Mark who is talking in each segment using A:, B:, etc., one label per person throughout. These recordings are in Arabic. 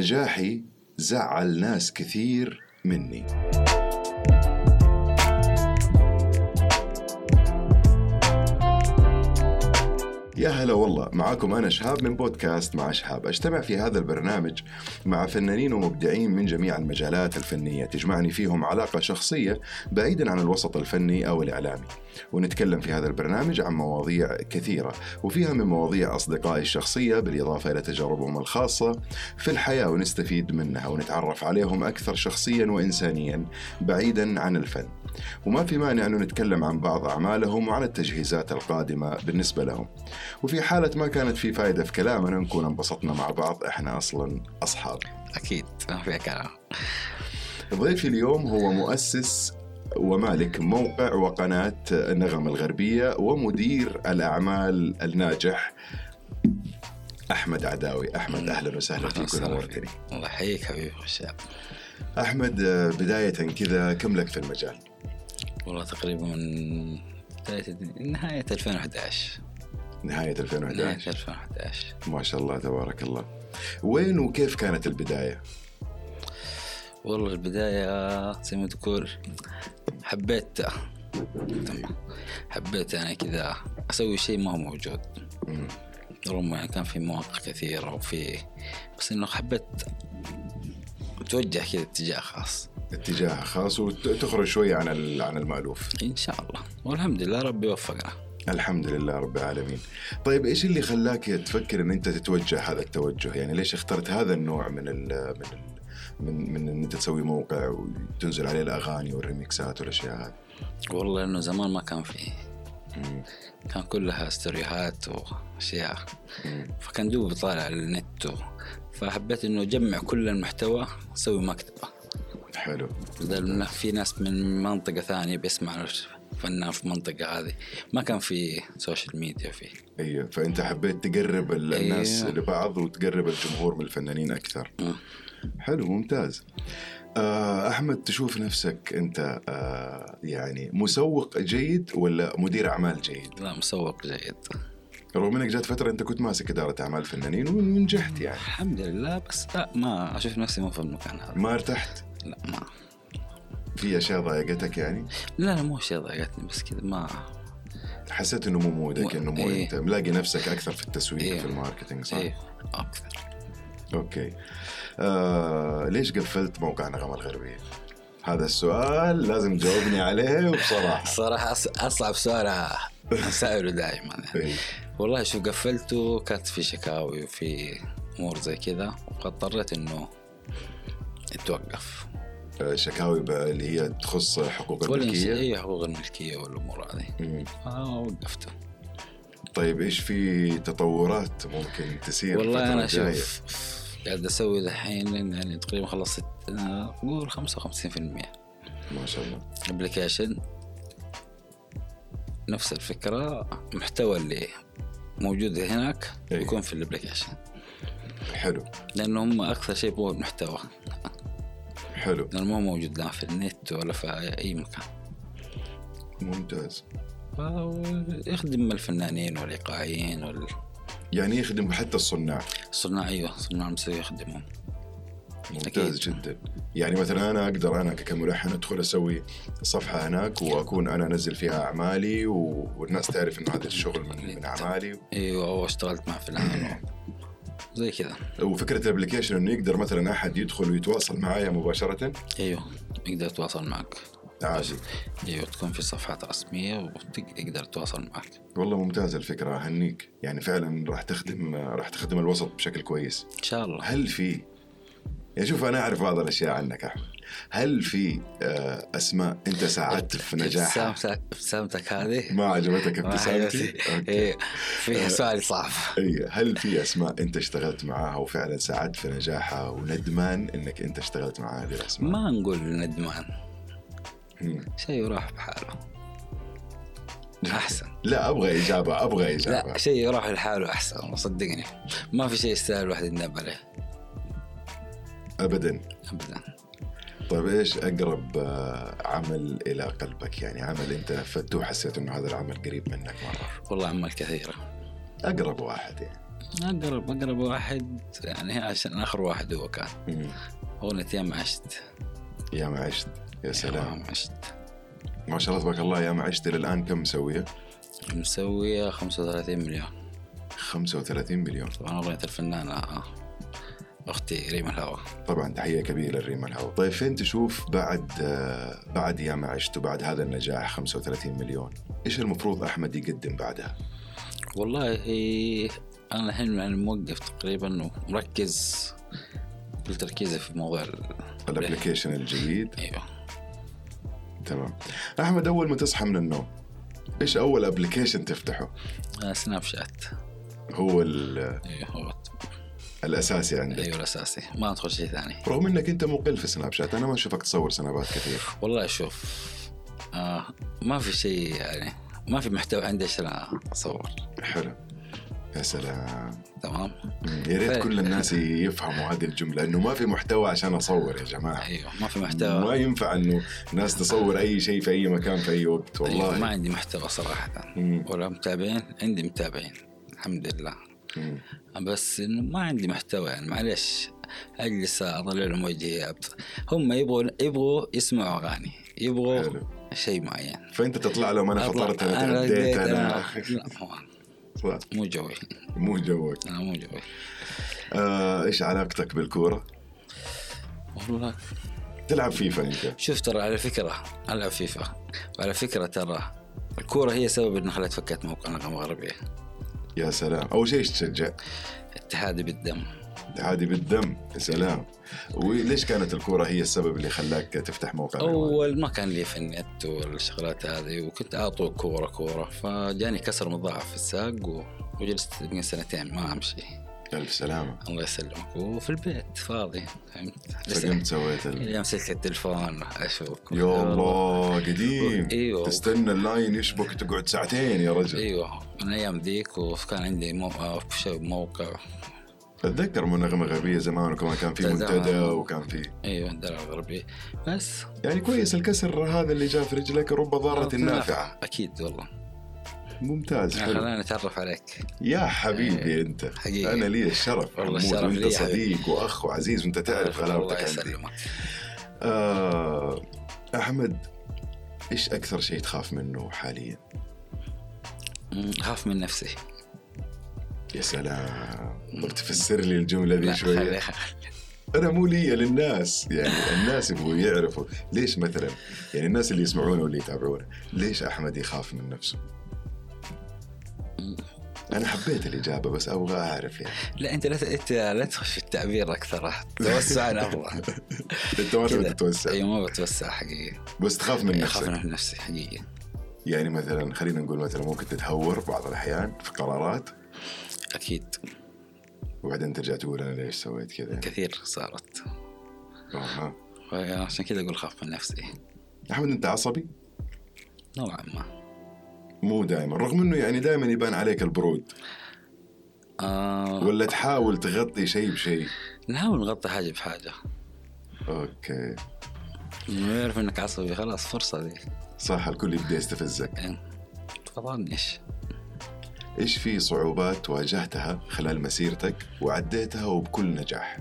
A: نجاحي زعل ناس كثير مني يا هلا والله معكم أنا شهاب من بودكاست مع شهاب أجتمع في هذا البرنامج مع فنانين ومبدعين من جميع المجالات الفنية تجمعني فيهم علاقة شخصية بعيدا عن الوسط الفني أو الإعلامي ونتكلم في هذا البرنامج عن مواضيع كثيرة وفيها من مواضيع أصدقائي الشخصية بالإضافة إلى تجاربهم الخاصة في الحياة ونستفيد منها ونتعرف عليهم أكثر شخصيا وإنسانيا بعيدا عن الفن وما في مانع أنه نتكلم عن بعض أعمالهم وعن التجهيزات القادمة بالنسبة لهم وفي حالة ما كانت في فائدة في كلامنا نكون انبسطنا مع بعض احنا اصلا اصحاب
B: اكيد ما فيها كلام
A: ضيفي اليوم هو مؤسس ومالك موقع وقناة النغم الغربية ومدير الأعمال الناجح أحمد عداوي أحمد أهلا وسهلا فيك ونورتني
B: الله يحييك حبيبي الشاب
A: أحمد آه، بداية كذا كم لك في المجال؟
B: والله تقريبا من بداية
A: نهاية
B: نهاية 2011
A: 2011
B: نهاية 2011
A: ما شاء الله تبارك الله وين وكيف كانت البداية؟
B: والله البداية زي ما تقول حبيت تمام. حبيت أنا كذا أسوي شيء ما هو موجود
A: مم.
B: رغم يعني كان في مواقع كثيرة وفي بس إنه حبيت أتوجه كذا اتجاه خاص
A: اتجاه خاص وتخرج شوي عن ال- عن المألوف
B: إن شاء الله والحمد لله ربي وفقنا
A: الحمد لله رب العالمين طيب ايش اللي خلاك تفكر ان انت تتوجه هذا التوجه يعني ليش اخترت هذا النوع من ال من ال من, من ان انت تسوي موقع وتنزل عليه الاغاني والريمكسات والاشياء هذه
B: والله إنه زمان ما كان فيه
A: مم.
B: كان كلها استوريوهات واشياء
A: مم.
B: فكان دوب طالع النت و... فحبيت انه اجمع كل المحتوى اسوي مكتبه
A: حلو
B: بدل انه في ناس من منطقه ثانيه بيسمع فنان في المنطقه هذه ما كان في سوشيال ميديا فيه
A: ايوه فانت حبيت تقرب ال- الناس
B: أيوه.
A: لبعض وتقرب الجمهور من الفنانين اكثر
B: مم.
A: حلو ممتاز آه، احمد تشوف نفسك انت آه، يعني مسوق جيد ولا مدير اعمال جيد
B: لا مسوق جيد
A: رغم انك جات فتره انت كنت ماسك اداره اعمال فنانين ونجحت يعني
B: الحمد لله بس لا ما اشوف نفسي مو في المكان هذا
A: ما ارتحت
B: لا ما
A: في اشياء ضايقتك يعني
B: لا لا مو شيء ضايقتني بس كذا ما
A: حسيت انه مو مودك
B: مو-
A: انه مو
B: إيه.
A: انت ملاقي نفسك اكثر في التسويق
B: إيه.
A: في الماركتينج صح؟
B: ايه اكثر
A: اوكي آه ليش قفلت موقع نغمه الغربيه؟ هذا السؤال لازم تجاوبني عليه وبصراحه
B: الصراحه أص- اصعب سؤال اساله دائما يعني.
A: إيه.
B: والله شوف قفلته كانت في شكاوي وفي امور زي كذا واضطريت انه اتوقف
A: آه، شكاوي بقى اللي هي تخص حقوق الملكيه
B: اي حقوق الملكيه والامور هذه
A: مم. آه،
B: فوقفته
A: طيب ايش في تطورات ممكن تسير الفترة
B: إيه، والله انا
A: الجاية؟
B: شوف قاعد اسوي الحين يعني تقريبا خلصت أنا اقول 55%
A: ما شاء الله
B: ابلكيشن نفس الفكره محتوى اللي موجود هناك
A: إيه.
B: يكون في الابلكيشن
A: حلو
B: لانه هم اكثر شيء يبغوا المحتوى
A: حلو
B: لانه مو موجود لا في النت ولا في اي مكان
A: ممتاز
B: يخدم الفنانين والايقاعيين
A: يعني يخدم حتى الصناع
B: والصناع ايوه صناع الموسيقى يخدمهم
A: ممتاز
B: أكيد.
A: جدا يعني مثلا انا اقدر انا كملحن ادخل اسوي صفحه هناك واكون انا انزل فيها اعمالي و... والناس تعرف انه هذا الشغل من, من اعمالي
B: ايوه او اشتغلت مع فلان و- زي كذا
A: وفكره الابلكيشن انه يقدر مثلا احد يدخل ويتواصل معايا مباشره
B: ايوه يقدر يتواصل معك
A: عادي
B: ايوه تكون في صفحات رسميه ويقدر يتواصل معك
A: والله ممتاز الفكره اهنيك يعني فعلا راح تخدم راح تخدم الوسط بشكل كويس
B: ان شاء الله
A: هل في يعني شوف انا اعرف بعض الاشياء عنك احمد هل في آه، اسماء انت ساعدت في نجاحها
B: ابتسامتك ابتسامتك هذه
A: ما عجبتك
B: ما
A: ابتسامتي
B: عجبتني.
A: أوكي. أه.
B: ايوه فيها سؤال صعب
A: اي هل في اسماء انت اشتغلت معاها وفعلا ساعدت في نجاحها وندمان انك انت اشتغلت مع هذه الاسماء؟
B: ما نقول ندمان
A: مم.
B: شيء راح بحاله احسن
A: لا ابغى اجابه ابغى اجابه
B: لا شيء يروح لحاله احسن صدقني ما في شيء يستاهل الواحد يندب عليه
A: ابدا
B: ابدا
A: طيب ايش اقرب آه، عمل الى قلبك يعني عمل انت فدته وحسيت انه هذا العمل قريب منك مره
B: والله اعمال كثيره
A: اقرب واحد يعني
B: اقرب اقرب واحد يعني عشان اخر واحد هو كان
A: مم.
B: اغنيه يا ما عشت
A: يا ما عشت يا سلام
B: يا ما عشت
A: ما شاء الله تبارك الله يا ما عشت للان كم مسويه؟
B: مسويه 35 مليون
A: 35 مليون
B: طبعا اغنيه الفنانه اختي ريم الهوى
A: طبعا تحيه كبيره لريما الهوى طيب فين تشوف بعد آه، بعد يا ما عشت وبعد هذا النجاح 35 مليون ايش المفروض احمد يقدم بعدها
B: والله انا الحين يعني موقف تقريبا ومركز كل تركيزي في موضوع ال-
A: الابلكيشن الجديد
B: ايوه
A: تمام احمد اول ما تصحى من النوم ايش اول ابلكيشن تفتحه
B: آه، سناب شات
A: هو ال-
B: ايوه هو
A: الاساسي عندك
B: ايوه الاساسي ما ادخل شيء ثاني
A: رغم انك انت مقل في سناب شات انا ما اشوفك تصور سنابات كثير
B: والله شوف آه ما في شيء يعني ما في محتوى عندي عشان اصور
A: حلو يا سلام
B: تمام
A: يا ريت
B: فعلا.
A: كل الناس يفهموا هذه الجمله انه ما في محتوى عشان اصور يا جماعه
B: ايوه ما في محتوى
A: ما ينفع انه الناس تصور اي شيء في اي مكان في اي وقت
B: أيوة ما
A: والله
B: عندي محتوى صراحه
A: مم.
B: ولا متابعين عندي متابعين الحمد لله
A: مم.
B: بس انه ما عندي محتوى يعني معلش اجلس اطلع لهم وجهي أبط- هم يبغوا يبغوا يسمعوا اغاني يبغوا
A: حلو.
B: شيء معين
A: فانت تطلع لهم انا فطرت
B: أطلع-
A: انا تغديت
B: أنا...
A: انا
B: لا هو
A: صح،
B: مو جوي
A: مو جوك
B: انا مو جوي
A: آه، ايش علاقتك بالكوره؟
B: والله
A: تلعب فيفا انت
B: شوف ترى على فكره العب فيفا وعلى فكره ترى الكوره هي سبب ان خلت فكت موقع نغمه غربيه
A: يا سلام اول شيء ايش تشجع؟
B: اتحادي بالدم
A: اتحادي بالدم يا سلام وليش كانت الكوره هي السبب اللي خلاك تفتح موقع بالوالد؟
B: اول ما كان لي في النت والشغلات هذه وكنت اعطوه كوره كوره فجاني كسر مضاعف في الساق و... وجلست يمكن سنتين ما امشي
A: الف سلامه
B: الله يسلمك وفي البيت فاضي فهمت لسه-
A: فقمت سويت ال...
B: اللي مسكت التلفون اشوفك
A: يا الله
B: أيوة.
A: قديم
B: ايوه
A: تستنى اللاين يشبك تقعد ساعتين يا رجل
B: ايوه من ايام ذيك وكان عندي مو... آه، شيء موقع
A: اتذكر منغمه غربيه زمان وكمان كان في
B: تدعم.
A: منتدى وكان في
B: ايوه الدرع الغربي بس
A: يعني كويس الكسر هذا اللي جاء في رجلك رب ضاره نافعه
B: اكيد والله
A: ممتاز حلو
B: خلاني اتعرف عليك
A: يا حبيبي انت
B: حقيقي.
A: انا لي الشرف
B: إيه. والله
A: حمود،
B: الشرف
A: وانت
B: لي يا حبيبي.
A: صديق واخ وعزيز وانت تعرف
B: الله
A: غلاوتك عندي
B: يسلمك
A: آه احمد ايش اكثر شيء تخاف منه حاليا
B: مم، اخاف من نفسي
A: يا سلام قلت فسر لي الجمله
B: لا،
A: دي شويه
B: خلي- خلي-
A: انا مو لي للناس يعني الناس يبغوا يعرفوا ليش مثلا يعني الناس اللي يسمعونا واللي يتابعونا ليش احمد يخاف من نفسه؟ انا حبيت الاجابه بس ابغى اعرف يعني
B: لا انت لا ت- انت لا تخش في التعبير اكثر توسع افضل
A: انت ما تبي
B: كذا.
A: تتوسع
B: ايوه ما بتوسع حقيقي
A: بس تخاف من
B: اخاف
A: نفسك
B: من نفسي حقيقي
A: يعني مثلا خلينا نقول مثلا ممكن تتهور بعض الاحيان في قرارات
B: اكيد
A: وبعدين ترجع تقول انا ليش سويت كذا يعني.
B: كثير صارت
A: أها.
B: عشان كذا اقول خاف من نفسي
A: احمد انت عصبي
B: نوعا ما
A: مو دائما رغم انه يعني دائما يبان عليك البرود
B: آه
A: ولا تحاول تغطي شيء بشيء
B: نحاول نغطي حاجه بحاجه
A: اوكي
B: ما يعرف انك عصبي خلاص إيه. فرصه ذي
A: صح الكل يبدا يستفزك
B: تفضلنيش
A: ايش في صعوبات واجهتها خلال مسيرتك وعديتها وبكل نجاح؟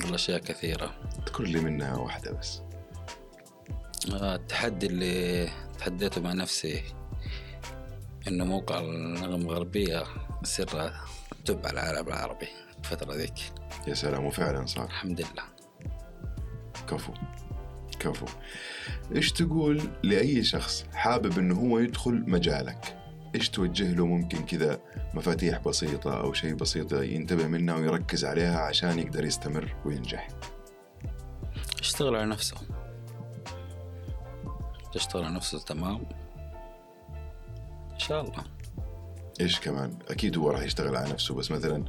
B: والله اشياء كثيره
A: اذكر لي منها واحده بس.
B: آه، التحدي اللي تحديته مع نفسي انه موقع النغم الغربية سر توب على العالم العربي الفترة ذيك
A: يا سلام وفعلا صار
B: الحمد لله
A: كفو كفو. ايش تقول لاي شخص حابب انه هو يدخل مجالك؟ ايش توجه له ممكن كذا مفاتيح بسيطه او شيء بسيط ينتبه منها ويركز عليها عشان يقدر يستمر وينجح.
B: اشتغل على نفسه تشتغل على نفسه تمام ان شاء الله
A: ايش كمان؟ اكيد هو راح يشتغل على نفسه بس مثلا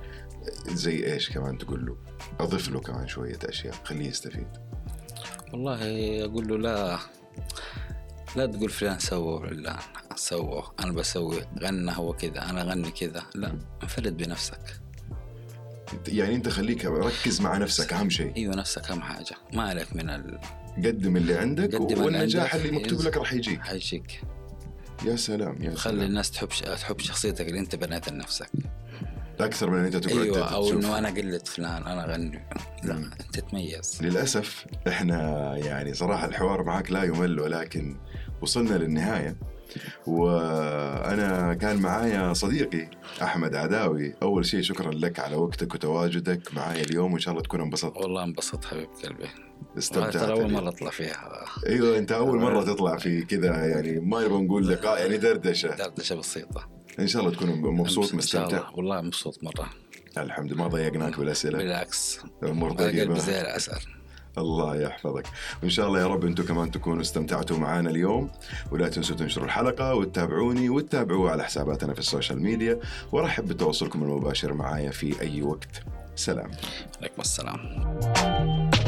A: زي ايش كمان تقول له؟ اضيف له كمان شويه اشياء خليه يستفيد.
B: والله اقول له لا لا تقول فلان سوى لا سوى انا بسوي غنى هو كذا انا غني كذا لا انفرد بنفسك
A: يعني انت خليك ركز مع نفسك اهم شيء
B: ايوه نفسك اهم حاجه ما عليك من ال...
A: قدم اللي عندك
B: قدم اللي
A: والنجاح
B: عندك.
A: اللي مكتوب لك راح يجيك
B: حيجيك
A: يا سلام يا
B: خلي
A: سلام
B: الناس تحب ش... تحب شخصيتك اللي انت بنيتها لنفسك
A: اكثر من ان انت تقعد
B: ايوه او
A: تشوف.
B: انه انا قلت فلان انا غني لا
A: مم.
B: انت تميز
A: للاسف احنا يعني صراحه الحوار معك لا يمل ولكن وصلنا للنهايه وانا كان معايا صديقي احمد عداوي اول شيء شكرا لك على وقتك وتواجدك معايا اليوم وان شاء الله تكون انبسطت
B: والله انبسطت حبيب قلبي
A: استمتعت
B: ترى اول
A: لي.
B: مره اطلع فيها
A: ايوه انت اول مره تطلع في كذا يعني ما نبغى نقول لقاء يعني دردشه
B: دردشه بسيطه
A: ان شاء الله تكون مبسوط
B: إن شاء
A: مستمتع
B: الله. والله مبسوط مره
A: الحمد لله ما ضيقناك بالاسئله
B: بالعكس
A: امور
B: على قلبي
A: طيبه
B: زي العسل
A: الله يحفظك وإن شاء الله يا رب أنتم كمان تكونوا استمتعتوا معنا اليوم ولا تنسوا تنشروا الحلقة وتتابعوني وتتابعوا على حساباتنا في السوشيال ميديا وأرحب بتواصلكم المباشر معايا في أي وقت سلام
B: عليكم السلام